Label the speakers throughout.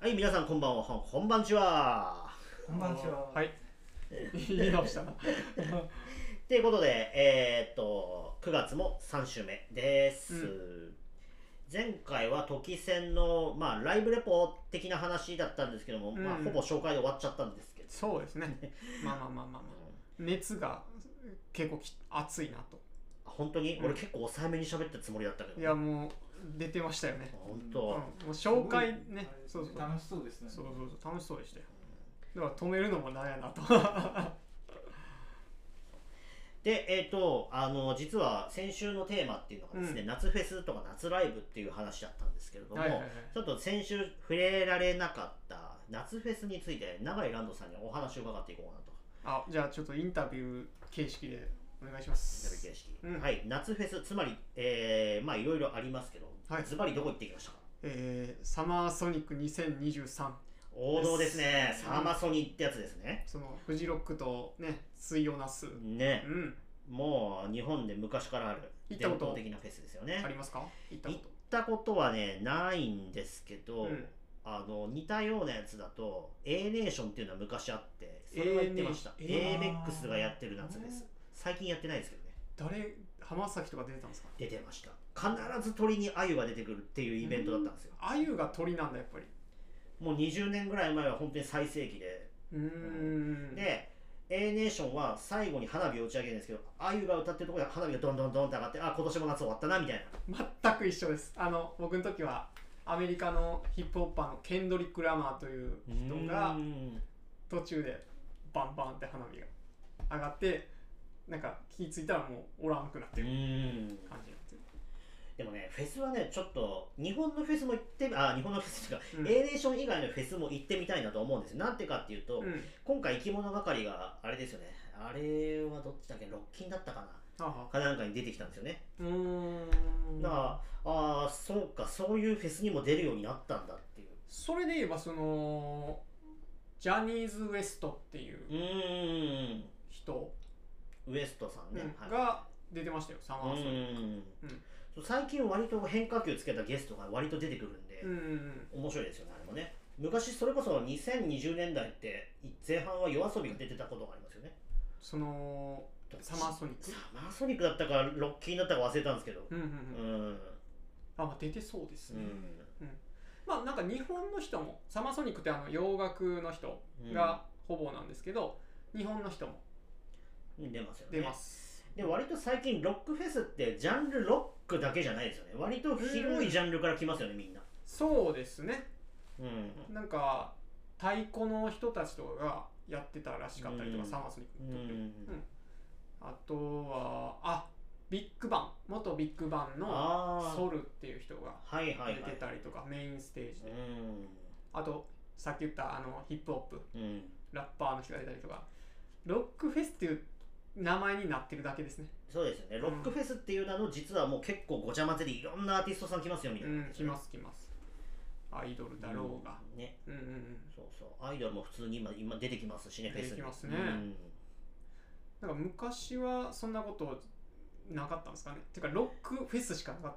Speaker 1: はい、皆さんこんばんは、こんばんちは。
Speaker 2: こんばんちは。。
Speaker 3: はいい。 言い直したな。
Speaker 1: ということで、えーっと、9月も3週目です。
Speaker 3: う
Speaker 1: 前回は都議選の、まあ、ライブレポ的な話だったんですけども、まあ、
Speaker 3: うん
Speaker 1: ほぼ紹介で終わっちゃったんですけど、
Speaker 3: そうです ね。まあまあまあまあまあ。熱が結構き熱いなと。
Speaker 1: 本当に、
Speaker 3: うん
Speaker 1: 俺結構抑えめに喋ったつもりだったけど、
Speaker 3: いやもう出てましたよね。
Speaker 1: 本
Speaker 3: うん、
Speaker 1: 当
Speaker 3: も、う紹介ね。
Speaker 2: す
Speaker 3: そ
Speaker 2: ご
Speaker 3: う
Speaker 2: い
Speaker 3: そう。
Speaker 2: 楽しそうですね。
Speaker 3: そうそうそう楽しそうでしたよ。だから止めるのもなんやなと。 は
Speaker 1: で、えーっとあの、実は先週のテーマっていうのがですね、
Speaker 3: う
Speaker 1: 夏フェスとか夏ライブっていう話だったんですけれど
Speaker 3: い
Speaker 1: も、
Speaker 3: はいはい。
Speaker 1: ちょっと先週触れられなかった夏フェスについて永井ランドさんにお話を伺っていこうかなと
Speaker 3: あじゃあちょっとインタビュー形式でお願いし
Speaker 1: インタビュ
Speaker 3: ま
Speaker 1: ー
Speaker 3: す。
Speaker 1: 形式、
Speaker 3: うん
Speaker 1: はい夏フェスつまりえーまあいろいろありますけど、
Speaker 3: はい
Speaker 1: ズバリどこ行ってきましたか
Speaker 3: えー、サマーソニック2023。
Speaker 1: 王道ですね
Speaker 3: です
Speaker 1: サーマソニってやつですね
Speaker 3: そのフジロックとね水曜ナス。
Speaker 1: ね
Speaker 3: うん。
Speaker 1: もう日本で昔からある
Speaker 3: 行った
Speaker 1: 伝
Speaker 3: こと
Speaker 1: 統的なフェスですよね
Speaker 3: ありますか？行った
Speaker 1: 行
Speaker 3: こ
Speaker 1: ったことはねないんですけど、
Speaker 3: と。うん。
Speaker 1: あの似たようなやつだと A ネーションっていうのは昔あってそれは行ってました
Speaker 3: A
Speaker 2: ネ
Speaker 1: A
Speaker 2: ー
Speaker 1: ベックスがやってる夏フェス
Speaker 2: あー
Speaker 1: 最近やってないですけどね
Speaker 3: 誰浜崎とか出てたんですか？
Speaker 1: 出てました必ず鳥に鮎が出てくるっていうイベントだったんですよ、
Speaker 3: アユが鳥なんだやっぱり
Speaker 1: もう20年ぐらい前は本当に最盛期で、
Speaker 3: うーん
Speaker 1: で A ネーションは最後に花火を打ち上げるんですけど鮎が歌ってるところで花火がどんどんどんって上がってあ今年も夏終わったなみたいな
Speaker 3: 全く一緒ですあの僕の時はアメリカのヒップホッパーのケンドリック・ラマーという人が
Speaker 1: うん
Speaker 3: 途中でバンバンって花火が上がってなんか気付いたらもうおらんくなってる
Speaker 1: うん
Speaker 3: 感じになってる
Speaker 1: でもねフェスはねちょっと日本のフェスも行ってみあ日本のフェスとか、
Speaker 3: うん
Speaker 1: A ネーション以外のフェスも行ってみたいなと思うんですよなんてかっていうと、
Speaker 3: うん
Speaker 1: 今回生き物係があれですよねあれはどっちだっけロッキンだったかな
Speaker 3: はあはあ
Speaker 1: かなんかに出てきたんですよね
Speaker 3: うーん
Speaker 1: だからああそうかそういうフェスにも出るようになったんだっていう
Speaker 3: それで言えばそのジャニーズ WEST っていう
Speaker 1: うーん
Speaker 3: 人
Speaker 1: ウエストさんね、
Speaker 3: うん
Speaker 1: はい
Speaker 3: が出てましたよサマ
Speaker 1: う
Speaker 3: ーソニッ
Speaker 1: ーん
Speaker 3: うん
Speaker 1: そう最近割と変化球つけたゲストが割と出てくるんで
Speaker 3: ク、うん
Speaker 1: 面白いですよねあれもね昔それこそ2020年代って前半は夜遊びが出てたことがありますよね
Speaker 3: そのサマーソニック
Speaker 1: サマーソニックだったかロッキーだったか忘れたんですけど
Speaker 3: うんうんうん
Speaker 1: うんうん
Speaker 3: あまあ出てそうですね、まあなんか日本の人もサマソニックってあの洋楽の人がほぼなんですけど、日本の人も
Speaker 1: うん出ますよね
Speaker 3: 出ます、
Speaker 1: で割と最近ロックフェスってジャンルロックだけじゃないですよね割と広いジャンルから来ますよねみんな
Speaker 3: そうですね
Speaker 1: うん
Speaker 3: なんか太鼓の人たちとかがやってたらしかったりとか、
Speaker 1: うん
Speaker 3: サマソニックの時、
Speaker 1: うん
Speaker 3: あとはあビッグバン元ビッグバンの
Speaker 1: ああ
Speaker 3: ソルっていう人が
Speaker 1: はいはいは
Speaker 3: 出
Speaker 1: い
Speaker 3: てたりとか、メインステージで、
Speaker 1: う
Speaker 3: あとさっき言ったあのヒップホップ
Speaker 1: んうん
Speaker 3: ラッパーの人が出たりとかロックフェスっていう名前になってるだけですね
Speaker 1: そうですよねロックフェスっていう名の実はもう結構ごちゃ混ぜでいろんなアーティストさん来ますよみた
Speaker 3: う
Speaker 1: いな、
Speaker 3: ん、来ます来ますアイドルだろうが、
Speaker 1: んね
Speaker 3: うん、うんうん
Speaker 1: そうそうアイドルも普通に今今出てきますしねフェスに
Speaker 3: 出てきますね
Speaker 1: うん
Speaker 3: なんか昔はそんなことなかったんですかねてかロックフェスしかなかっ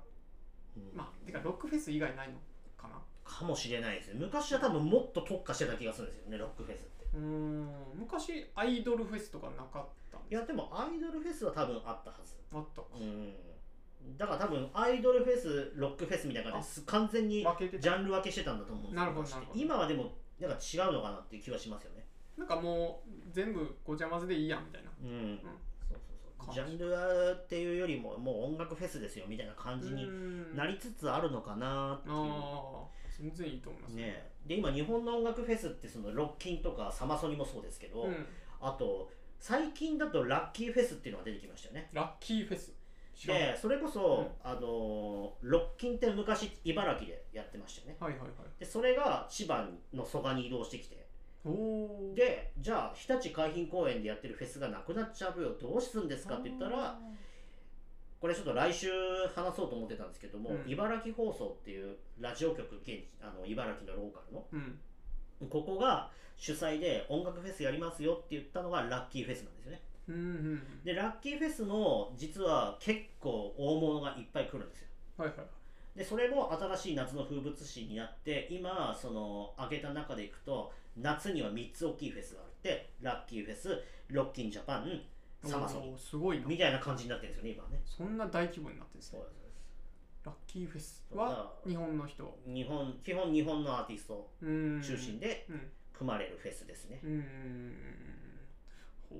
Speaker 1: うん
Speaker 3: まあてかロックフェス以外ないのかな
Speaker 1: かもしれないですね昔は多分もっと特化してた気がするんですよねロックフェスって
Speaker 3: うーん昔アイドルフェスとかなかったん
Speaker 1: い
Speaker 3: です
Speaker 1: やでもアイドルフェスは多分あったはず
Speaker 3: あったか
Speaker 1: うんだから多分アイドルフェスロックフェスみたいな感じです完全に
Speaker 3: 分けて
Speaker 1: ジ
Speaker 3: た
Speaker 1: ャンル分けしてたんだと思うんですよ
Speaker 3: なるほどなるほど
Speaker 1: 今はでもなんか違うのかなっていう気はしますよね
Speaker 3: なんかもう全部ごちゃ混ぜでいいやんみたいな
Speaker 1: うん、そうそうそうジ
Speaker 3: かも
Speaker 1: ャン
Speaker 3: し
Speaker 1: ルっていうよりももう音楽フェスですよみたいな感じにな
Speaker 3: り
Speaker 1: りつつあるのかなって
Speaker 3: あ
Speaker 1: いう、
Speaker 3: あ全然いいと思います
Speaker 1: ねえで今日本の音楽フェスってそのロッキンとかサマソニもそうですけど、
Speaker 3: うん、
Speaker 1: あと最近だとラッキーフェスっていうのが出てきましたよね
Speaker 3: ラッキーフェス知らん
Speaker 1: でそれこそ、あのーロッキンって昔茨城でやってましたよね
Speaker 3: はいはいはい
Speaker 1: でそれが千葉の蘇我に移動してきて
Speaker 3: おお
Speaker 1: でじゃあ日立海浜公園でやってるフェスがなくなっちゃうよどうするんですかって言ったらこれちょっと来週話そうと思ってたんですけども、
Speaker 3: うん
Speaker 1: 茨城放送っていうラジオ局現地あの茨城のローカルの
Speaker 3: うん
Speaker 1: ここが主催で音楽フェスやりますよって言ったのがラッキーフェスなんですよね
Speaker 3: うんうんうん
Speaker 1: でラッキーフェスも実は結構大物がいっぱい来るんですよ
Speaker 3: はいはいはい
Speaker 1: でそれも新しい夏の風物詩になって今その挙げた中でいくと夏には3つ大きいフェスがあってラッキーフェスロッキンジャパンサマソニ
Speaker 3: おーすごいな
Speaker 1: みたいな感じになってるんですよね今はね
Speaker 3: そんな大規模になってるんです
Speaker 1: そうですそう
Speaker 3: ね
Speaker 1: です
Speaker 3: ラッキーフェス
Speaker 1: そう
Speaker 3: は
Speaker 1: だ
Speaker 3: 日本の人
Speaker 1: 日本基本日本のアーティスト
Speaker 3: うーん
Speaker 1: 中心で
Speaker 3: うん
Speaker 1: 組まれるフェスですね
Speaker 3: う、ーんほ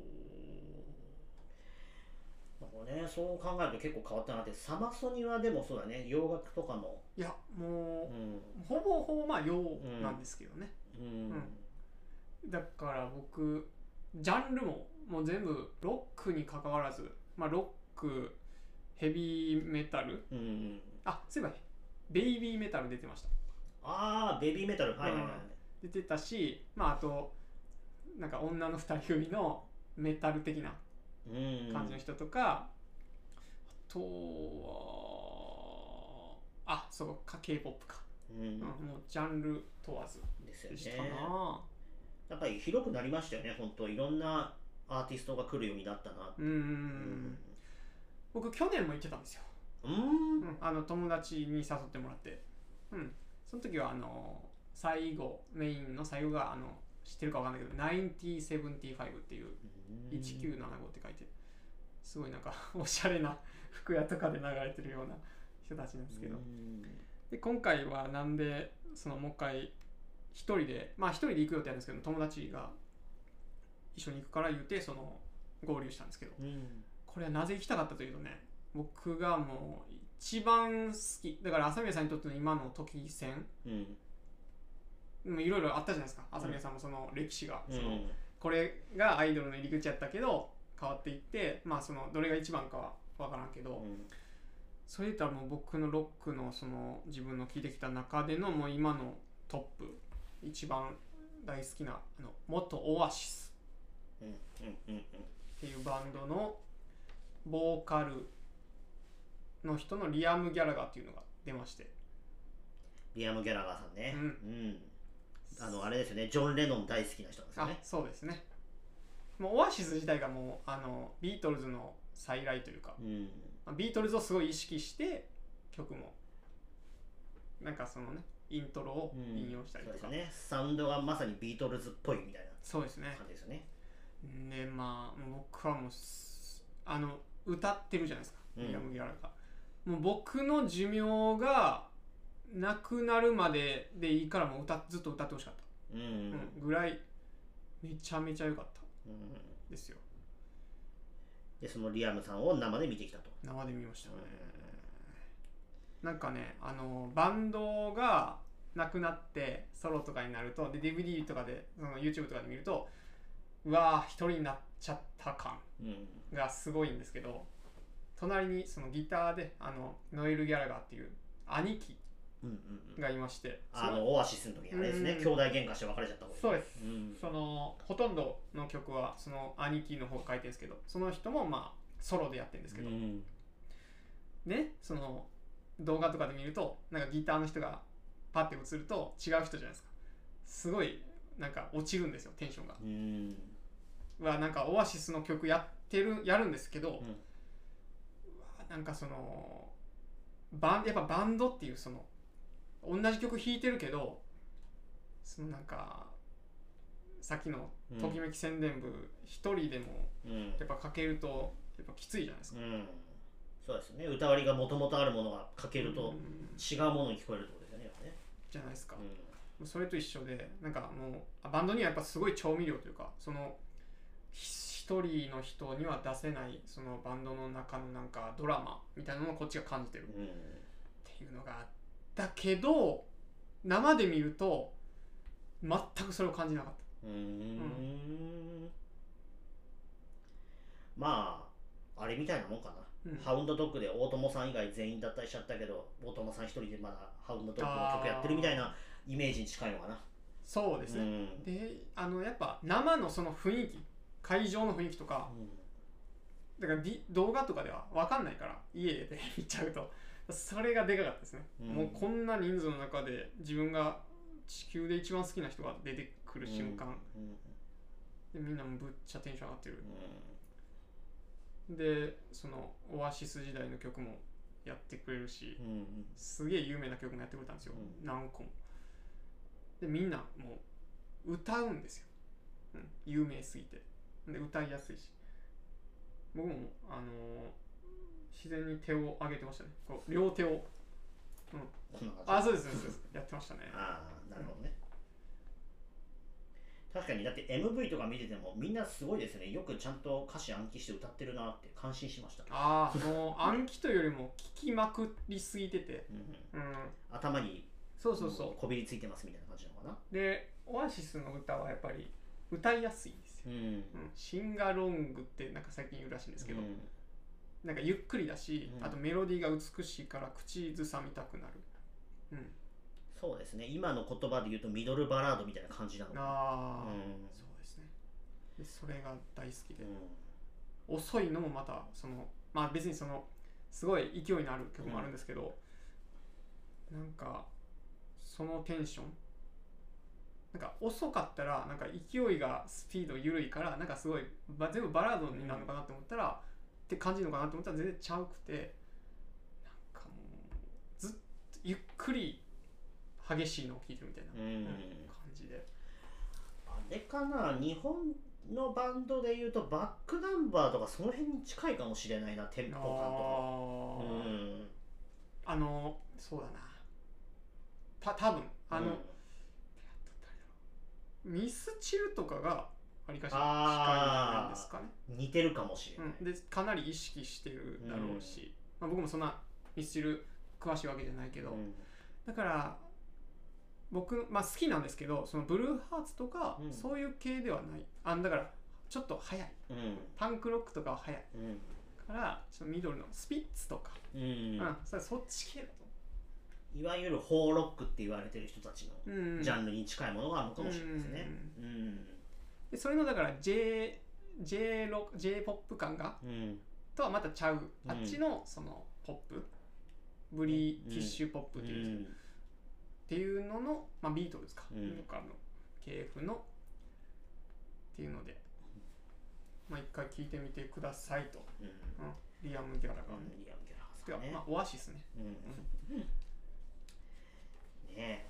Speaker 1: まあねそう考えると結構変わったなってサマソニはでもそうだね洋楽とかも
Speaker 3: ういや
Speaker 1: う
Speaker 3: も
Speaker 1: ん
Speaker 3: うほぼほぼまあ洋なんですけどね、
Speaker 1: うん、
Speaker 3: だから僕ジャンルももう全部ロックに関わらず、まあ、ロックヘビーメタル
Speaker 1: うん
Speaker 3: あそういえばベイビーメタル出てました
Speaker 1: ああベビーメタルはいはいはい、
Speaker 3: 出てたしまああとなんか女の二人組のメタル的な
Speaker 1: うん
Speaker 3: 感じの人とか、あとはあそうか k p o p か、
Speaker 1: うん、
Speaker 3: うんもうジャンル問わず
Speaker 1: ですよ
Speaker 3: で
Speaker 1: ね
Speaker 3: したな、
Speaker 1: やっぱり広くなりましたよね本当いろんなアーティストが来るようになったな
Speaker 3: うん
Speaker 1: うん
Speaker 3: 僕去年も行ってたんですよ、
Speaker 1: う
Speaker 3: うんん、あの友達に誘ってもらって、うん、その時はあの最後メインの最後があの知ってるかわかんないけど9075っていう1975って書いてすごいなんかおしゃれな服屋とかで流れてるような人たちなんですけど
Speaker 1: うん
Speaker 3: で今回はなんでそのもう一回一人でまあ一人で行く予定なんですけど友達が一緒に行くから言うてその合流したんですけど
Speaker 1: うん
Speaker 3: これはなぜ行きたかったというとね僕がもう一番好きだから朝宮さんにとっての今の時戦
Speaker 1: うん
Speaker 3: うんいろいろあったじゃないですか朝宮さんもその歴史が、
Speaker 1: うん
Speaker 3: そのこれがアイドルの入り口やったけど変わっていってまあそのどれが一番かは分からんけど、
Speaker 1: うん
Speaker 3: それ言ったらもう僕のロックのその自分の聴いてきた中でのもう今のトップ一番大好きなあの元オアシス
Speaker 1: うんうんうん
Speaker 3: っていうバンドのボーカルの人のリアム・ギャラガーっていうのが出まして
Speaker 1: リアム・ギャラガーさんね
Speaker 3: うん
Speaker 1: うんあのあれですよねジョン・レノン大好きな人なんですよ
Speaker 3: あ
Speaker 1: ね
Speaker 3: そうですねもうオアシス自体がもうあのビートルズの再来というか
Speaker 1: うん
Speaker 3: まあビートルズをすごい意識して曲もなんかそのねイントロを
Speaker 1: うん
Speaker 3: 引用したりとか、
Speaker 1: そうですねサウンドがまさにビートルズっぽいみたいな
Speaker 3: そうですね
Speaker 1: 感じですよね
Speaker 3: でまあ僕はもうすあの歌ってるじゃないですか
Speaker 1: うん
Speaker 3: ミラム・ギャラが、もう僕の寿命がなくなるまででいいからもう歌ずっと歌ってほしかっ
Speaker 1: う
Speaker 3: た、
Speaker 1: ん
Speaker 3: うんぐらいめちゃめちゃ良かった
Speaker 1: うん
Speaker 3: ですよ
Speaker 1: でそのリアムさんを生で見てきたと
Speaker 3: 生で見ましたね、なんかねあのバンドがなくなってソロとかになるとで DVD とかでその YouTube とかで見るとうわー一人になっちゃった感
Speaker 1: うん
Speaker 3: がすごいんですけど隣にそのギターであのノエル・ギャラガーっていう兄貴
Speaker 1: うんうんうん
Speaker 3: がいまして
Speaker 1: あのオアシスの時あれですね、
Speaker 3: うん
Speaker 1: 兄弟喧嘩して別れちゃった方
Speaker 3: そうです
Speaker 1: うん
Speaker 3: そのほとんどの曲はその兄貴の方が書いてるんですけどその人もまあソロでやってるんですけど、
Speaker 1: うん
Speaker 3: ねその動画とかで見るとなんかギターの人がパッて映ると違う人じゃないですかすごいなんか落ちるんですよテンションが
Speaker 1: うん
Speaker 3: うわなんかオアシスの曲やってるやるんですけど、
Speaker 1: うん
Speaker 3: なんかそのバンやっぱバンドっていうその同じ曲弾いてるけどそのなんかさっきの「ときめき宣伝部」一人でも
Speaker 1: うん
Speaker 3: やっぱかけるとやっぱきついじゃないです
Speaker 1: う
Speaker 3: か。
Speaker 1: んそうですね歌割りがもともとあるものがかける
Speaker 3: う
Speaker 1: と
Speaker 3: ん
Speaker 1: 違うものに聞こえるってことですよねやっぱね
Speaker 3: じゃないですか
Speaker 1: う、ん
Speaker 3: それと一緒でなんかもうあバンドにはやっぱすごい調味料というかそのひ一人の人には出せないそのバンドの中のなんかドラマみたいなのをこっちが感じてる
Speaker 1: う
Speaker 3: っていうのがあったけど生で見ると全くそれを感じなかっ
Speaker 1: んうんまああれみたいなもんか
Speaker 3: た、う
Speaker 1: な、
Speaker 3: ん
Speaker 1: ハウンドドッグで大友さん以外全員脱退しちゃったけど大友さん一人でまだハウンドドッグの曲やってるみたいなイメージに近いのかな
Speaker 3: そうです
Speaker 1: う
Speaker 3: ね、
Speaker 1: ん
Speaker 3: であのやっぱ生のその雰囲気会場の雰囲気とかだからビ動画とかでは分かんないから家で見ちゃうとそれがでかかったですね、
Speaker 1: うん
Speaker 3: もうこんな人数の中で自分が地球で一番好きな人が出てくる瞬間、
Speaker 1: うんうん
Speaker 3: でみんなもぶっちゃテンション上がってる
Speaker 1: うん
Speaker 3: でそのオアシス時代の曲もやってくれるし、
Speaker 1: うんうん
Speaker 3: すげえ有名な曲もやってくれたんですよ、
Speaker 1: う
Speaker 3: 何個もでみんなもう歌うんですよ、うん、有名すぎてで歌いやすいし僕もあのー自然に手を上げてましたねこう両手を
Speaker 1: こんな感
Speaker 3: あ
Speaker 1: じ
Speaker 3: そうですそうですそうですやってましたね
Speaker 1: ああなるほどね確かにだって MV とか見ててもみんなすごいですねよくちゃんと歌詞暗記して歌ってるなって感心しました、
Speaker 3: ああもう暗記というよりも聞きまくりすぎてて
Speaker 1: うんうん、
Speaker 3: うん
Speaker 1: 頭に
Speaker 3: そうそうそう
Speaker 1: こびりついてますみたいな感じなのかな
Speaker 3: でオアシスの歌はやっぱり歌いやすいんですよ、
Speaker 1: うん
Speaker 3: うん、シンガロングってなんか最近言うらしいんですけど、
Speaker 1: うん
Speaker 3: なんかゆっくりだし、
Speaker 1: うん
Speaker 3: あとメロディーが美しいから口ずさみたくなる、うん、
Speaker 1: そうですね今の言葉で言うとミドルバラードみたいな感じなのかな
Speaker 3: ああ、
Speaker 1: うん
Speaker 3: そうですねでそれが大好きで、
Speaker 1: う
Speaker 3: 遅いのもまたそのまあ別にそのすごい勢いのある曲もあるんですけど、なんかそのテンションなんか遅かったらなんか勢いがスピード緩いからなんかすごい、ば全部バラードになるのかなと思ったら、って感じのかなと思ったら全然ちゃうくてなんかもうずっとゆっくり激しいのを聴いてるみたいな、
Speaker 1: んうん
Speaker 3: うん感じで
Speaker 1: あれかな日本のバンドで言うとバックナンバーとかその辺に近いかもしれないなテンポ感とか
Speaker 3: あー
Speaker 1: うん
Speaker 3: あのそうだなた多分あの、
Speaker 1: うん
Speaker 3: ミスチルとかがわりかし近い
Speaker 1: あー
Speaker 3: んですかね、
Speaker 1: 似てるかもしれない、
Speaker 3: うん、でかなり意識してるだろうし、まあ、僕もそんなミスチル詳しいわけじゃないけど、
Speaker 1: うん
Speaker 3: だから僕、まあ、好きなんですけどそのブルーハーツとか、
Speaker 1: うん
Speaker 3: そういう系ではないあだからちょっと早い
Speaker 1: うん
Speaker 3: パンクロックとかは早い
Speaker 1: うん
Speaker 3: からちょっとミドルのスピッツとか、
Speaker 1: うん
Speaker 3: うんそれそっち系だと
Speaker 1: いわゆるホーロックって言われてる人たち
Speaker 3: 思
Speaker 1: の
Speaker 3: う、うん
Speaker 1: ジャンルに近いものがあるのかもしれないですねうん
Speaker 3: でそれのだから J, J, ロ J ポップ感が
Speaker 1: うん
Speaker 3: とはまたちゃう、
Speaker 1: うん
Speaker 3: あっちのそのポップブリティッシュポップ
Speaker 1: う
Speaker 3: っていうんです
Speaker 1: ん
Speaker 3: けどっていうのの、まあ、ビートルズか、
Speaker 1: うん
Speaker 3: とかの系譜のっていうので、まあ、一回聞いてみてくださいと、
Speaker 1: うん
Speaker 3: リアム・ギャラが、
Speaker 1: うんリアムギャラハー
Speaker 3: て
Speaker 1: さんね
Speaker 3: か、まあ、オアシスね
Speaker 1: うんねえ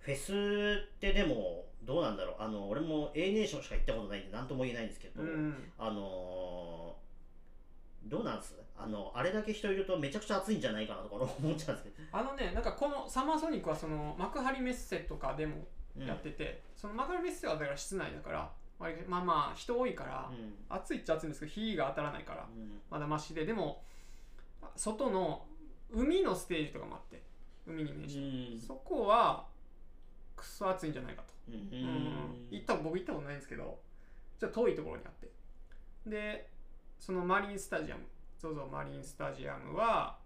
Speaker 1: フェスってでもどうなんだろうあの俺も A ネーションしか行ったことないんで何とも言えないんですけど、
Speaker 3: うん
Speaker 1: あのーどうなんすあのあれだけ人いるとめちゃくちゃ暑いんじゃないかなとか俺思っちゃうんですけど、
Speaker 3: あのねなんかこのサマーソニックはその幕張メッセとかでも
Speaker 1: うん
Speaker 3: やってて、その幕張メッセはだから室内だから割とまあまあ人多いから、
Speaker 1: うん
Speaker 3: 暑いっちゃ暑いんですけど火が当たらないから
Speaker 1: うん
Speaker 3: まだマシででも外の海のステージとかもあって海に面して、そこはクソ暑いんじゃないか
Speaker 1: う
Speaker 3: と、
Speaker 1: んう
Speaker 3: うん
Speaker 1: ん
Speaker 3: 行った僕行ったことないんですけどちょっと遠いところにあってでそのマリンスタジアム ZOZO マリンスタジアムは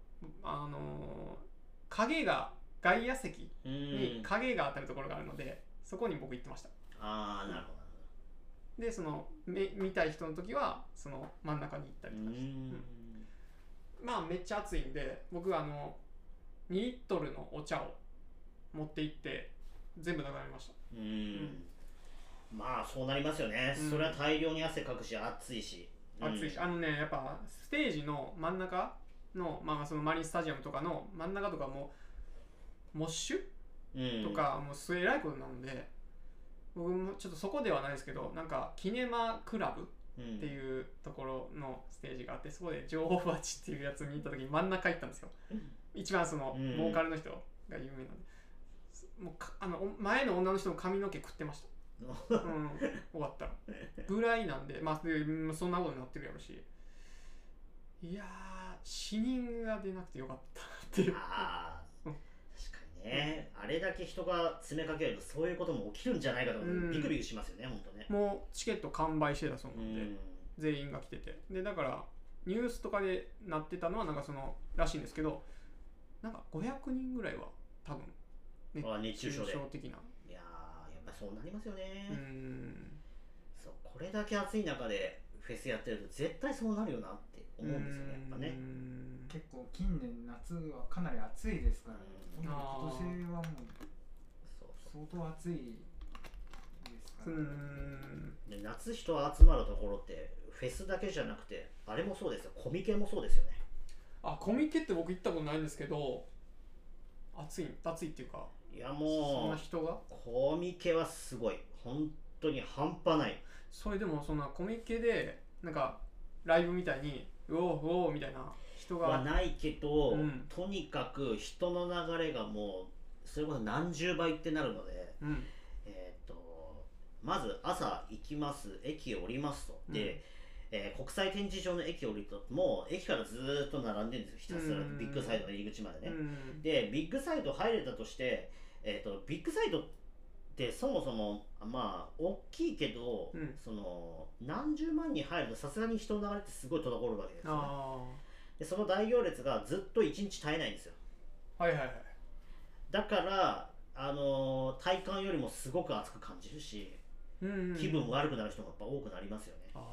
Speaker 3: あのー影が外野席
Speaker 1: うん
Speaker 3: に影が当たるところがあるのでそこに僕行ってました
Speaker 1: ああなるほ
Speaker 3: でそのめ見たい人の時はその真ん中に行った
Speaker 1: ど
Speaker 3: り
Speaker 1: う
Speaker 3: とかし
Speaker 1: ん
Speaker 3: て、まあめっちゃ暑いんで僕あの2リットルのお茶を持って行って全部なくなりました
Speaker 1: うんまあそうなりますよね、
Speaker 3: うん
Speaker 1: それは大量に汗かくし暑いし
Speaker 3: 暑いし、あのねやっぱステージの真ん中の,、まあ、そのマリンスタジアムとかの真ん中とかもモッシュ
Speaker 1: うん
Speaker 3: とかもうすえらいことなので、僕もちょっとそこではないですけどなんかキネマクラブ
Speaker 1: うん
Speaker 3: っていうところのステージがあってそこで女王蜂っていうやつに行った時に真ん中行ったんですよ一番その
Speaker 1: うん
Speaker 3: ボーカルの人が有名なんで、もうかあのお前の女の人の髪の毛食ってました、うん、終わったらぐらいなんでまあでうんそんなことになってるやろしいやー死人が出なくてよかったっていう
Speaker 1: ああ
Speaker 3: うん
Speaker 1: 確かにね、あれだけ人が詰めかけるとそういうことも起きるんじゃないかと
Speaker 3: うん
Speaker 1: ビクビクしますよね、本当ね。
Speaker 3: もうチケット完売してたそう
Speaker 1: う
Speaker 3: なんで、
Speaker 1: ん
Speaker 3: 全員が来ててでだからニュースとかでなってたのはなんかそのらしいんですけどなんか500人ぐらいは多分ね
Speaker 1: あ熱中症で。い
Speaker 3: 的な
Speaker 1: やーやっぱそうなりますよね、
Speaker 3: うーん
Speaker 1: そう。これだけ暑い中でフェスやってると絶対そうなるよなって思うんですよね、やっぱ
Speaker 3: うー
Speaker 1: ね。
Speaker 3: ん
Speaker 2: 結構近年夏はかなり暑いですからね
Speaker 1: うん
Speaker 2: 今年はもう
Speaker 1: そうそ
Speaker 2: 相当暑いですか
Speaker 3: うー
Speaker 2: ら、
Speaker 3: ん
Speaker 1: うで夏人集まるところってフェスだけじゃなくてあれもそうですよコミケもそうですよね。
Speaker 3: あコミケって僕行ったことないんですけど暑い暑いっていうか
Speaker 1: いや
Speaker 3: そん
Speaker 1: も
Speaker 3: な
Speaker 1: う
Speaker 3: 人が
Speaker 1: コミケはすごい本当に半端ない
Speaker 3: それでもそんなコミケでなんかライブみたいにうおうおうみたいな人
Speaker 1: は
Speaker 3: が
Speaker 1: ないけど、
Speaker 3: うん
Speaker 1: とにかく人の流れがもうそれこそ何十倍ってなるので
Speaker 3: うん
Speaker 1: えーっとまず朝行きます駅を降りますとで、
Speaker 3: うん
Speaker 1: えー国際展示場の駅を降りるともう駅からずーっと並んでるんですよひたすら
Speaker 3: うん
Speaker 1: ビッグサイドの入り口まで
Speaker 3: う
Speaker 1: ね、
Speaker 3: ん
Speaker 1: でビッグサイド入れたとして、えー、とビッグサイドってそもそもまあ大きいけど、
Speaker 3: うん
Speaker 1: その何十万人入るとさすがに人の流れってすごい滞るわけですよね、
Speaker 3: あ
Speaker 1: でその大行列がずっと1日絶えないんですよ
Speaker 3: あはいはいはい
Speaker 1: だからあのー体感よりもすごく暑く感じるし
Speaker 3: うんうんうん
Speaker 1: 気分悪くなる人もやっぱ多くなりますよね、
Speaker 3: あー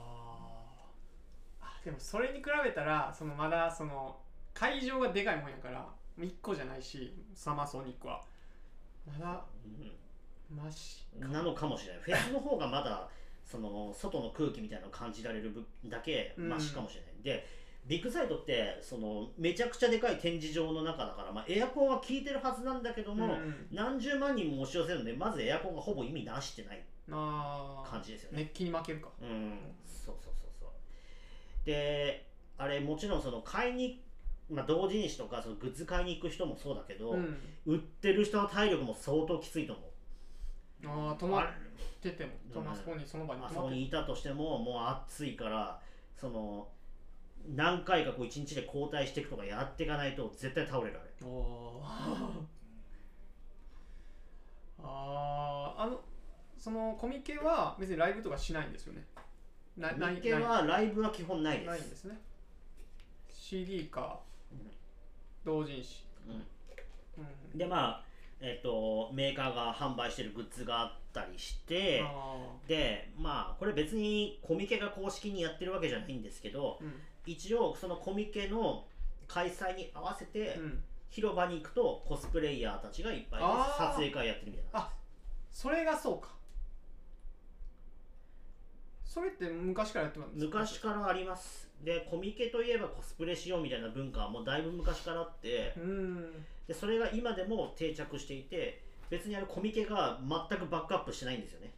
Speaker 3: あでもそれに比べたらそのまだその会場がでかいもんやから1個じゃないしサマーソニックはまだマシ
Speaker 1: うんなのかもしれないフェスの方がまだその外の空気みたいなのを感じられる分だけ
Speaker 3: うん
Speaker 1: マシかもしれない、でビッグサイトってそのめちゃくちゃでかい展示場の中だから、まあ、エアコンは効いてるはずなんだけど
Speaker 3: うんう
Speaker 1: も、
Speaker 3: ん
Speaker 1: 何十万人も押し寄せるのでまずエアコンがほぼ意味なしてない
Speaker 3: あー
Speaker 1: 感じですよね
Speaker 3: 熱気に負けるか
Speaker 1: うん、そうそうそうそうであれもちろんその買いに、まあ、同人誌とかそのグッズ買いに行く人もそうだけど、
Speaker 3: うん
Speaker 1: 売ってる人の体力も相当きついと思う
Speaker 3: ああ止まってても止ま
Speaker 1: うん
Speaker 3: あそこにその場に
Speaker 1: あ
Speaker 3: 止
Speaker 1: そ
Speaker 3: ま
Speaker 1: こ
Speaker 3: って
Speaker 1: にいたとしてももう暑いからその何回かこう一日で交代していくとかやっていかないと絶対倒れられる
Speaker 3: おおーあーあのそのコミケは別にライブとかしないんですよねなない
Speaker 1: 人間はライブは基本ないです
Speaker 3: ないんですね CD か
Speaker 1: うん
Speaker 3: 同人誌、
Speaker 1: う
Speaker 3: うん
Speaker 1: ん、でまあえっ、とメーカーが販売してるグッズがあったりして
Speaker 3: あ
Speaker 1: でまあこれ別にコミケが公式にやってるわけじゃないんですけど
Speaker 3: ーうん
Speaker 1: 一応そのコミケの開催に合わせて
Speaker 3: うん
Speaker 1: 広場に行くとコスプレイヤーたちがいっぱいいて
Speaker 3: あー
Speaker 1: 撮影会やってるみたいな
Speaker 3: あそれがそうかそれって昔からやってたんですか
Speaker 1: 昔からありますでコミケといえばコスプレしようみたいな文化はもうだいぶ昔からあって
Speaker 3: うん
Speaker 1: でそれが今でも定着していて別にあれコミケが全くバックアップしてないんですよね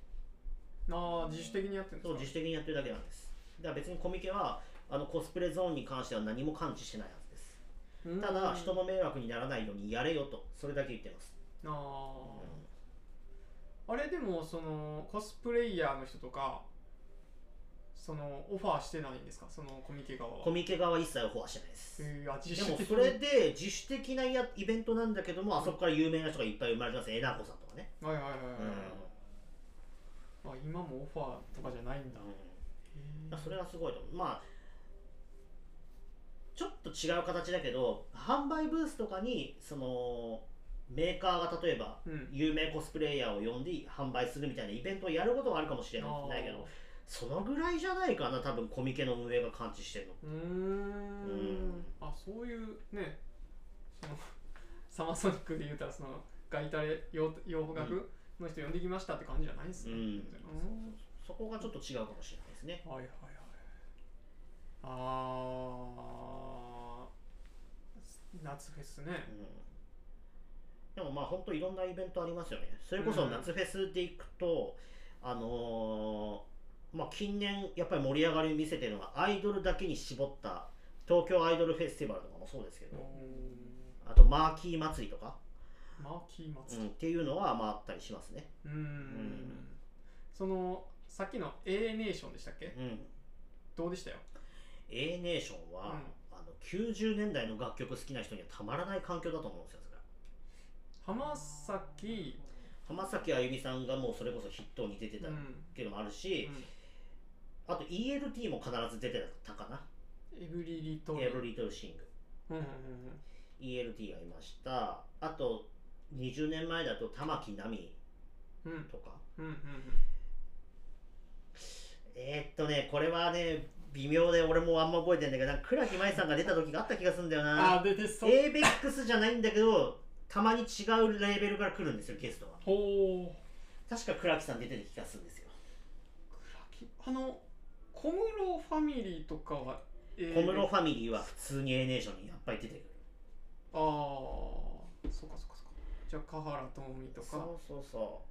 Speaker 3: ああ自主的にやってるんです
Speaker 1: そう
Speaker 3: か
Speaker 1: 自主的にやってるだけなんですだから別にコミケはあのコスプレゾーンに関しては何も感知してないはずです
Speaker 3: うん
Speaker 1: ただ人の迷惑にならないようにやれよとそれだけ言ってます、
Speaker 3: あ
Speaker 1: うん
Speaker 3: ーあれでもそのコスプレイヤーの人とかそのオファーしてないんですかそのコミケ側は
Speaker 1: コミケ側は一切オファーしてないです
Speaker 3: えーあ
Speaker 1: で
Speaker 3: 自主
Speaker 1: も
Speaker 3: 的
Speaker 1: そ
Speaker 3: に
Speaker 1: れで自主的なやイベントなんだけどもあそこから有名な人がいっぱい生まれてますえなこさんとかね、
Speaker 3: はいはいはいはい、
Speaker 1: うん
Speaker 3: あ今もオファーとかじゃないんだ、へー
Speaker 1: それはすごいと思うまあちょっと違う形だけど販売ブースとかにそのメーカーが例えば
Speaker 3: うん
Speaker 1: 有名コスプレイヤーを呼んで販売するみたいなイベントをやることはあるかもしれ
Speaker 3: あー
Speaker 1: ないけどそのぐらいじゃないかな多分コミケの運営が感知してるの
Speaker 3: うーん
Speaker 1: うん
Speaker 3: あそういうねその サマーソニックで言うたらそのガイタレ洋洋楽の人呼んできましたって感じじゃないんですね、
Speaker 1: うん
Speaker 3: うん
Speaker 1: そこがちょっと違うかもしれないですね
Speaker 3: はいはいはいあー夏フェスね
Speaker 1: うんでもまあ本当いろんなイベントありますよねそれこそ
Speaker 3: うん
Speaker 1: 夏フェスで行くと、あのーまあ近年やっぱり盛り上がりを見せてるのがアイドルだけに絞った東京アイドルフェスティバルとかもそうですけど、
Speaker 3: うん
Speaker 1: あとマーキー祭りとか、
Speaker 3: マーキー
Speaker 1: う
Speaker 3: 祭
Speaker 1: ん、っていうのはまああったりしますね、
Speaker 3: りうんんそのさっきの A ネーションでしたっけ
Speaker 1: うん、
Speaker 3: どうでしたよ
Speaker 1: A ネーションは、あの90年代の楽曲好きな人にはたまらない環境だと思うんですよそれは
Speaker 3: 浜崎、
Speaker 1: 浜崎あゆみさんがもうそれこそ筆頭に出て
Speaker 3: う
Speaker 1: たっ
Speaker 3: ん
Speaker 1: ていうのもあるし、あと ELT も必ず出てたかな
Speaker 3: エブリリトル
Speaker 1: エブリトルシング
Speaker 3: うんうん
Speaker 1: ELT がいましたあと20年前だと玉木奈美
Speaker 3: うんうん
Speaker 1: とか
Speaker 3: うんうん
Speaker 1: えー、っとねこれはね微妙で俺もあんま覚えてんだけどなんか倉木麻衣さんが出た時があった気がするんだよな
Speaker 3: あ出てそう
Speaker 1: ABEX じゃないんだけどたまに違うレーベルから来るんですよゲストは
Speaker 3: ほう
Speaker 1: 確か倉木さん出てる気がするんですよ
Speaker 3: クラキあの小室ファミリーとかはえー
Speaker 1: 小室ファミリーは普通に A ネーションにやっぱり出てくる
Speaker 3: ああそっかそっかそっかじゃあ香原朋美とか
Speaker 1: そ
Speaker 3: や
Speaker 1: うそうそ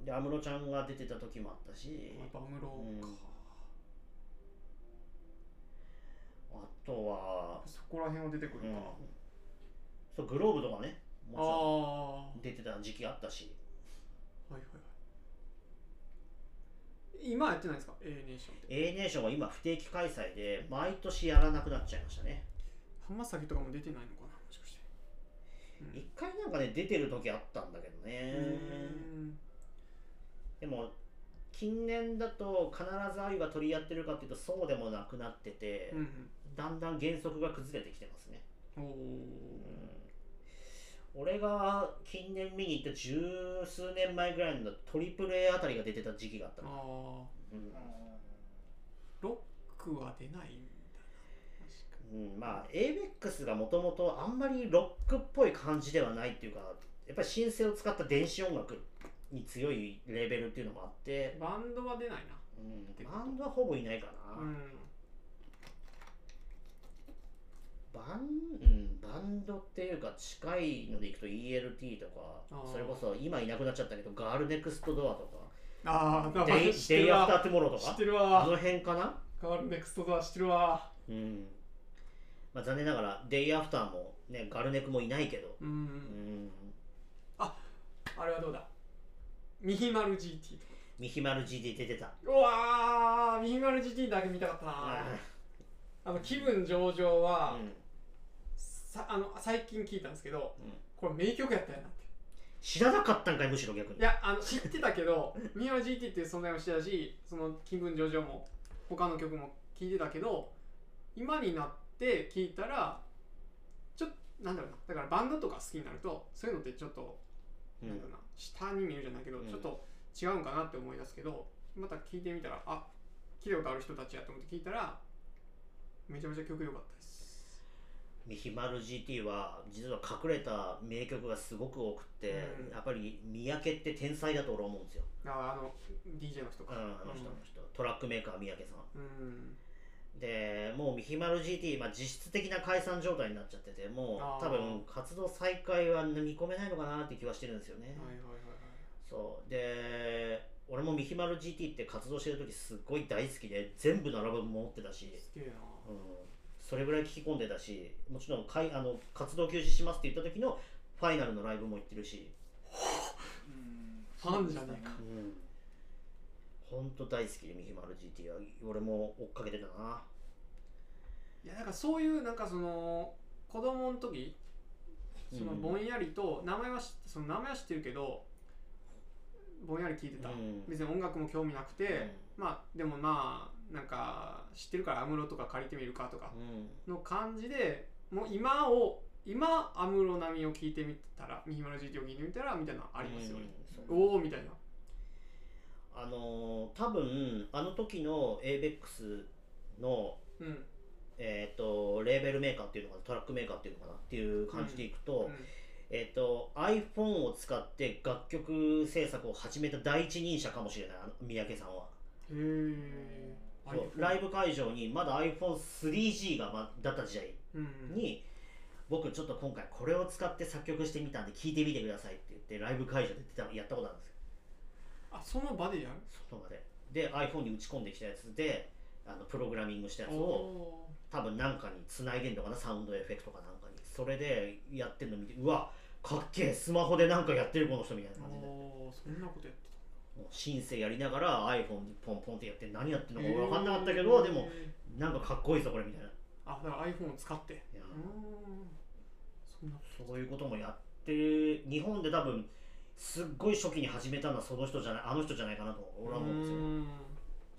Speaker 1: うで安室ちゃんが出てた時もあったし
Speaker 3: っぱ安室か、
Speaker 1: うんあとは、
Speaker 3: そこら辺は出てくる
Speaker 1: う
Speaker 3: か、
Speaker 1: ん、そうグローブとかね
Speaker 3: ああ
Speaker 1: も
Speaker 3: ー
Speaker 1: ちろん出てた時期あったし
Speaker 3: はいはいはい今はやってないんですか A ネーションって
Speaker 1: A ネーションは今不定期開催で毎年やらなくなっちゃいましたね
Speaker 3: 浜崎とかも出てないのかなもしかしてうん
Speaker 1: 一回なんかね出てる時あったんだけどね
Speaker 3: うん
Speaker 1: でも近年だと必ず愛は取り合ってるかっていうとそうでもなくなってて、
Speaker 3: うんうん
Speaker 1: だんだん原則が崩れてきてますね、
Speaker 3: お
Speaker 1: うん
Speaker 3: お
Speaker 1: 俺が近年見に行った十数年前ぐらいのトリプル A あたりが出てた時期があったの、
Speaker 3: あ
Speaker 1: う
Speaker 3: あ
Speaker 1: ん
Speaker 3: ロックは出ないん
Speaker 1: うん
Speaker 3: だな確か
Speaker 1: まあ ABEX がもともとあんまりロックっぽい感じではないっていうかやっぱりシンセを使った電子音楽に強いレベルっていうのもあって
Speaker 3: に、バンドは出ないな
Speaker 1: うん、バンドはほぼいないかな、
Speaker 3: うん
Speaker 1: バン、うん、バンドっていうか近いのでいくと ELT と
Speaker 3: あ
Speaker 1: か
Speaker 3: ー
Speaker 1: それこそ今いなくなっちゃったけどガールネクストドアと
Speaker 3: ああ
Speaker 1: かデイデイアフタートゥモローと
Speaker 3: 知っ
Speaker 1: か
Speaker 3: てる
Speaker 1: あ
Speaker 3: わ
Speaker 1: の辺かな
Speaker 3: 変わるネクストドア知ってるわ
Speaker 1: うん、まあ、残念ながらデイアフターもねガルネクもいないけど
Speaker 3: う
Speaker 1: うんん
Speaker 3: あれはどうだミヒマル GT とか
Speaker 1: ミヒマル GD 出てた
Speaker 3: うわーミヒマル GT だけ見たかったなあの気分上々は、
Speaker 1: うん
Speaker 3: さあの最近聞いたんですけど、
Speaker 1: うん
Speaker 3: これ名曲やったよなって
Speaker 1: 知らなかったんかいむしろ逆に
Speaker 3: いやあの知ってたけど「ミヤ GT」っていう存在も知ってたしその気分上々も他の曲も聴いてたけど今になって聴いたらちょっとなんだろうなだからバンドとか好きになるとそういうのってちょっと、
Speaker 1: うん
Speaker 3: なんだろうな下に見えるじゃないけど、
Speaker 1: うん
Speaker 3: ちょっと違うんかなって思い出すけどまた聴いてみたらあ聞いたことある人たちやと思って聴いたらめちゃめちゃ曲良かったです。
Speaker 1: ミヒマル GT は実は隠れた名曲がすごく多くって、
Speaker 3: うん
Speaker 1: やっぱり三宅って天才だと俺思うんですよ、
Speaker 3: ああの DJ の人
Speaker 1: うん、
Speaker 3: か。
Speaker 1: あの人あの人トラックメーカー三宅さん
Speaker 3: うん
Speaker 1: でもうミヒマル GT、まあ、実質的な解散状態になっちゃってても
Speaker 3: あ
Speaker 1: う多
Speaker 3: ー
Speaker 1: 分活動再開は見込めないのかなって気はしてるんですよね、
Speaker 3: はいはいはいはい。
Speaker 1: そうで俺もミヒマル GT って活動してる時すっごい大好きで全部のアルバムも持ってたし、
Speaker 3: すげえな。
Speaker 1: うん、それぐらい聞き込んでたしもちろんかいあの活動休止しますって言った時のファイナルのライブも行ってるし、
Speaker 3: ファンじゃねえか
Speaker 1: うん、ほんと大好きでミヒマル GT は俺も追っかけてたない
Speaker 3: やなんかそういうなんかその子供の時その
Speaker 1: うん
Speaker 3: ぼんやりと名前は知その名前は知ってるけどぼんやり聞いてた、
Speaker 1: うん
Speaker 3: 別に音楽も興味なくて、まあでもまあなんか知ってるから安室とか借りてみるかとか
Speaker 1: うん
Speaker 3: の感じでもう今を今安室奈美を聞いてみたらミヒマル GT を聞いてみたらみたいなのありますよね、
Speaker 1: うんそう
Speaker 3: おおみたいな
Speaker 1: あのー多分あの時の ABEX の、
Speaker 3: うん、うん
Speaker 1: えー、とレーベルメーカーっていうのかなトラックメーカーっていうのかなっていう感じでいくと,、えー、と iPhone を使って楽曲制作を始めた第一人者かもしれないあの三宅さんは
Speaker 3: へえ
Speaker 1: そうライブ会場にまだ iPhone3G がまだった時代
Speaker 3: うん
Speaker 1: に僕ちょっと今回これを使って作曲してみたんで聴いてみてくださいって言ってライブ会場で出たやったことあるんですよ
Speaker 3: あその場でやる
Speaker 1: 外までで iPhone に打ち込んできたやつであのプログラミングしたやつを
Speaker 3: お
Speaker 1: 多分なんかに繋いでんのかなサウンドエフェクトかなんかにそれでやってんの見てうわかっけえスマホでなんかやってるこの人みたいな
Speaker 3: ー
Speaker 1: 感じでも
Speaker 3: おーそんなことやってた
Speaker 1: うシンセやりながら iPhone でポンポンってやって何やってんのか分かんなかったけど、
Speaker 3: えー
Speaker 1: でもなんかかっこいいぞこれみたいな
Speaker 3: あだから iPhone を使って
Speaker 1: いや
Speaker 3: うーんそんな
Speaker 1: そういうこともやってる日本で多分すっごい初期に始めたのはその人じゃないあの人じゃないかなと俺は思うんですよ
Speaker 3: うーん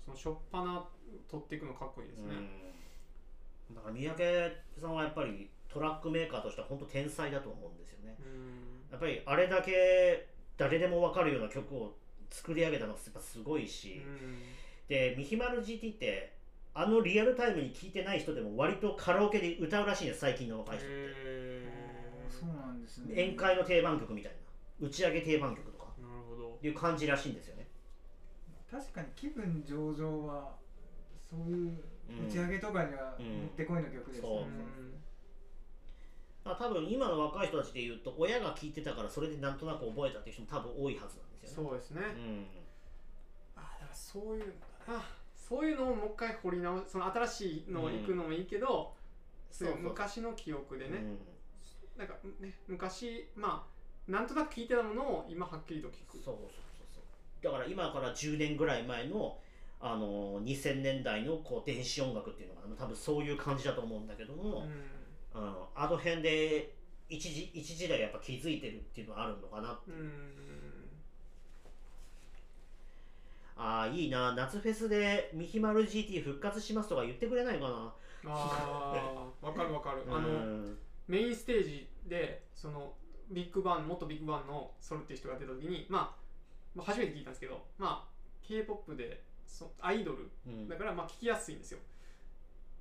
Speaker 3: そのしょっぱな取っていくのかっこいいですね、
Speaker 1: うん、だから三宅さんはやっぱりトラックメーカーとしては本当天才だと思うんですよね
Speaker 3: うーん
Speaker 1: やっぱりあれだけ誰でも分かるような曲を作り上げたのがやっぱすごいうし、
Speaker 3: ん
Speaker 1: で「ミヒマル GT」ってあのリアルタイムに聴いてない人でも割とカラオケで歌うらしいんです最近の若い人って、
Speaker 3: えー
Speaker 2: そうなんですね
Speaker 1: 宴会の定番曲みたいな打ち上げ定番曲とか
Speaker 3: なるほど
Speaker 1: いう感じらしいんですよね
Speaker 2: 確かに気分上々はそういう
Speaker 1: うん
Speaker 2: 打ち上げとかには
Speaker 1: う
Speaker 2: も
Speaker 1: ん
Speaker 2: ってこいの曲です
Speaker 1: そう
Speaker 2: ね。
Speaker 1: まあ、多分今の若い人たちで言うと親が聞いてたからそれでなんとなく覚えたっていう人も多分多いはずなんですよね
Speaker 3: そうですね、
Speaker 1: うん
Speaker 3: ああだからそういうのだなそういうのをもう一回掘り直すその新しいの行くのもいいけど、そういう昔の記憶でね、なんかね昔まあなんとなく聞いてたものを今はっきりと聞
Speaker 1: そうそ
Speaker 3: く
Speaker 1: うそうそうだから今から10年ぐらい前の、あのー2000年代のこう電子音楽っていうのが多分そういう感じだと思うんだけど
Speaker 3: う
Speaker 1: も、
Speaker 3: ん
Speaker 1: あのあの辺で一時一時代やっぱ気づいてるっていうのはあるのかな
Speaker 3: うん
Speaker 1: ああいいな夏フェスで「ミヒマル GT 復活します」とか言ってくれないかな
Speaker 3: あ あわかるわかる、あ
Speaker 1: う
Speaker 3: の
Speaker 1: ん
Speaker 3: メインステージでそのビッグバン元ビッグバンのソルっていう人が出た時に、まあ、まあ初めて聞いたんですけど、まあ、k p o p でそアイドル
Speaker 1: うん
Speaker 3: だからまあ聞きやすいんですよ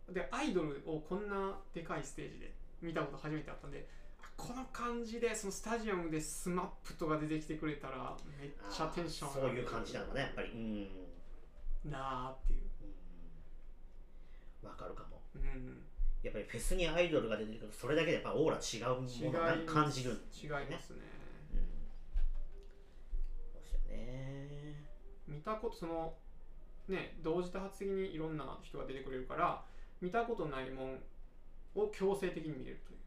Speaker 3: でアイドルをこんなでかいステージで見たこと初めてあったんであこの感じでそのスタジアムでスマップとか出てきてくれたらめっちゃテンション
Speaker 1: あーそういう感じなのかねやっぱりうん
Speaker 3: なあっていう
Speaker 1: うんわかるかも
Speaker 3: うん
Speaker 1: やっぱりフェスにアイドルが出てくるとそれだけでやっぱオーラ違う
Speaker 3: 違い
Speaker 1: ものが感じるん
Speaker 3: 違いますね
Speaker 1: うんそうですよね
Speaker 3: 見たことそのね同時多発的にいろんな人が出てくれるから見たことないもんを強制的に見れるという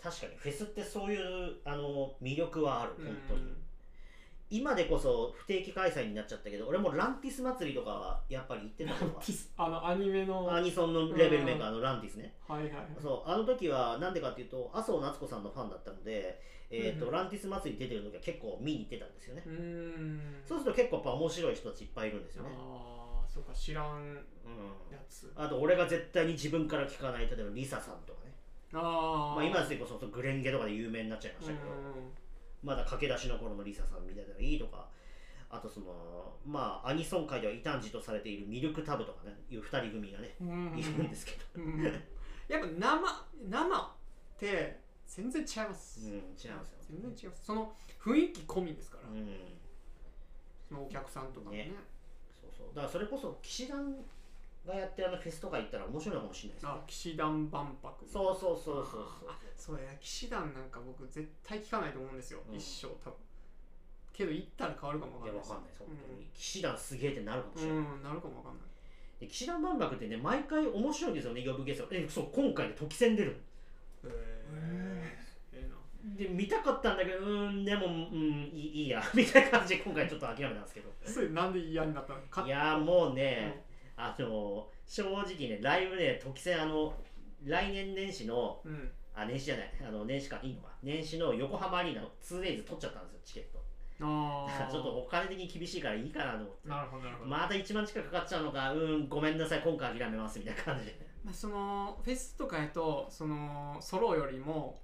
Speaker 1: 確かにフェスってそういうあの魅力はある本当に、
Speaker 3: うん
Speaker 1: 今でこそ不定期開催になっちゃったけど俺もランティス祭りとかはやっぱり行ってたの
Speaker 3: あのアニメの
Speaker 1: はア
Speaker 3: はい
Speaker 1: ニソンのレベルメーカーのランティスね、
Speaker 3: はいはい
Speaker 1: そうあの時はなんでかっていうと麻生夏子さんのファンだったので、えーと
Speaker 3: うんうん
Speaker 1: ランティス祭り出てる時は結構見に行ってたんですよね、
Speaker 3: うーん
Speaker 1: そうすると結構やっぱ面白い人たちいっぱいいるんですよね、
Speaker 3: ああそうか知ら
Speaker 1: う
Speaker 3: ん
Speaker 1: ん
Speaker 3: やつ
Speaker 1: あと俺が絶対に自分から聞かない例えばリサさんとかね
Speaker 3: ああ
Speaker 1: まあ、今でこそそうグレンゲとかで有名になっちゃいましたけど、まだ駆け出しの頃のリサさんみたいなのがいいとか、あとその、まあ、アニソン界では異端児とされているミルクタブとかね、いう二人組がね、
Speaker 3: うんうん
Speaker 1: いるんですけど。
Speaker 3: うんやっぱ生生って全然違いま
Speaker 1: う
Speaker 3: す、
Speaker 1: ん、違うんですよ。
Speaker 3: 全然違いますその雰囲気込みですから、
Speaker 1: うん、
Speaker 3: そのお客さんとかもね
Speaker 1: ねそうそう。だからそれこそ、騎士団がやってるあのフェスとか行ったら面白いのかもしれないですね
Speaker 3: あ騎士団万博。
Speaker 1: そうそうそうそうそう。
Speaker 3: そうや騎士団なんか僕絶対聞かないと思うんですよ、
Speaker 1: うん
Speaker 3: 一生多分けど行ったら変わるかもわ
Speaker 1: いや、
Speaker 3: かん
Speaker 1: わ
Speaker 3: ないです
Speaker 1: かんないです、本当に。騎士団すげえってなるかもしれない。
Speaker 3: うんなるかもわかんない
Speaker 1: で騎士団万博ってね、毎回面白いんですよね、呼ぶゲスト。え、そう、今回で特選出るの
Speaker 3: へええな
Speaker 1: で見たかったんだけどうーんでもうんいいいいや みたいな感じで今回ちょっと諦めたんですけど
Speaker 3: それなんで嫌になったのか
Speaker 1: いやーもうね、あの正直ねライブね特選あの来年年始の
Speaker 3: うん
Speaker 1: あ年始じゃないあの年始かいいのか年始の横浜アリーナの 2days 取っちゃったんですよチケットだか
Speaker 3: あ
Speaker 1: ら
Speaker 3: あ
Speaker 1: ちょっとお金的に厳しいからいいかなと思って
Speaker 3: なるほどなるほど、ま
Speaker 1: また1万近くかかっちゃうのかうーんごめんなさい今回諦めますみたいな感じで
Speaker 3: あ、そのフェスとかやとそのソロよりも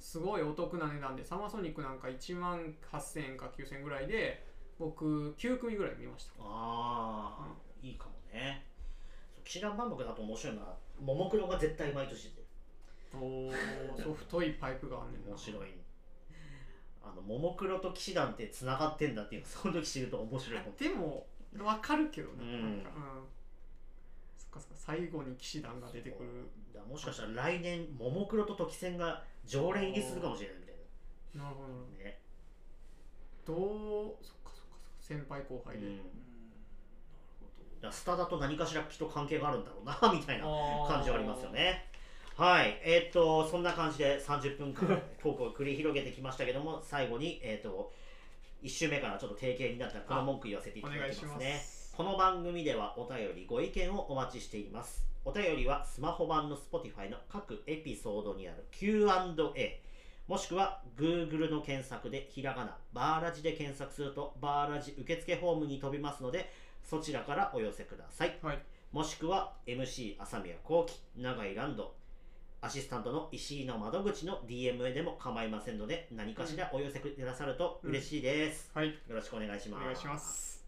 Speaker 3: すごいお得な値段でサマーソニックなんか1万8000円か9000円ぐらいで僕9組ぐらい見ました
Speaker 1: ああ、いいかもねそう岸田万博だと面白いのはももクロが絶対毎年出てる
Speaker 3: おおそう太いパイプがあんねんな
Speaker 1: 面白いあのももクロと騎士団ってつながってんだっていうその時知ると面白いもん
Speaker 3: でもわかるけどね、
Speaker 1: うん
Speaker 3: なんか、うん、そっかそっか最後に騎士団が出てくる
Speaker 1: だからもしかしたら来年ももクロと時戦が常連入りするかもしれないみたい
Speaker 3: なるほどなる
Speaker 1: なね、
Speaker 3: ほどどうそっかそっかそっか先輩後輩
Speaker 1: う
Speaker 3: で、
Speaker 1: ん、だか
Speaker 3: なる
Speaker 1: らスタダと何かしらきっと関係があるんだろうなみたいな
Speaker 3: ほど
Speaker 1: 感じはありますよねはいえーっとそんな感じで30分間トークを繰り広げてきましたけども最後にえーっと1週目からちょっと定型になったこの文句言わせてい
Speaker 3: お
Speaker 1: ただ
Speaker 3: 願い
Speaker 1: き
Speaker 3: し
Speaker 1: ます
Speaker 3: ま
Speaker 1: ね
Speaker 3: す
Speaker 1: この番組ではお便りご意見をお待ちしていますお便りはスマホ版の Spotify の各エピソードにある Q&A もしくは Google の検索でひらがなバーラジで検索するとバーラジ受付フォームに飛びますのでそちらからお寄せください
Speaker 3: はい
Speaker 1: もしくは MC 朝宮幸喜永井ランドアシスタントの石井の窓口の DM でも構いませんので何かしらお寄せくださると嬉しいです、
Speaker 3: はい
Speaker 1: よろしくお願いし
Speaker 3: お
Speaker 1: ます
Speaker 3: 願いします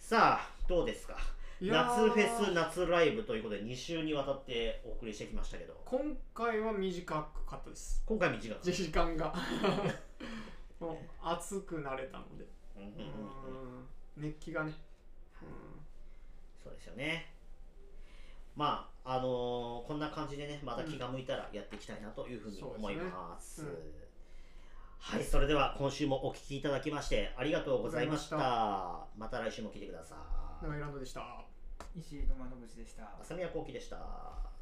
Speaker 1: さあどうですか
Speaker 3: いやー
Speaker 1: 夏フェス夏ライブということで2週にわたってお送りしてきましたけど
Speaker 3: 今回は短かったです
Speaker 1: 今回短かった、
Speaker 3: 時 間がもう熱くなれたので、
Speaker 1: うんうんうん
Speaker 3: う
Speaker 1: うんん、
Speaker 3: 熱気がね、うん
Speaker 1: そうですよねまああのーこんな感じでねまた気が向いたらやっていきたいなというふうに
Speaker 3: そうですね
Speaker 1: 思います,、
Speaker 3: うん
Speaker 1: はいそれでは今週もお聞きいただきましてありがとうございました
Speaker 3: あり
Speaker 1: また来週も聞いてください
Speaker 3: 長井ランドでした。
Speaker 2: 石井智信でした
Speaker 1: 浅宮幸喜でした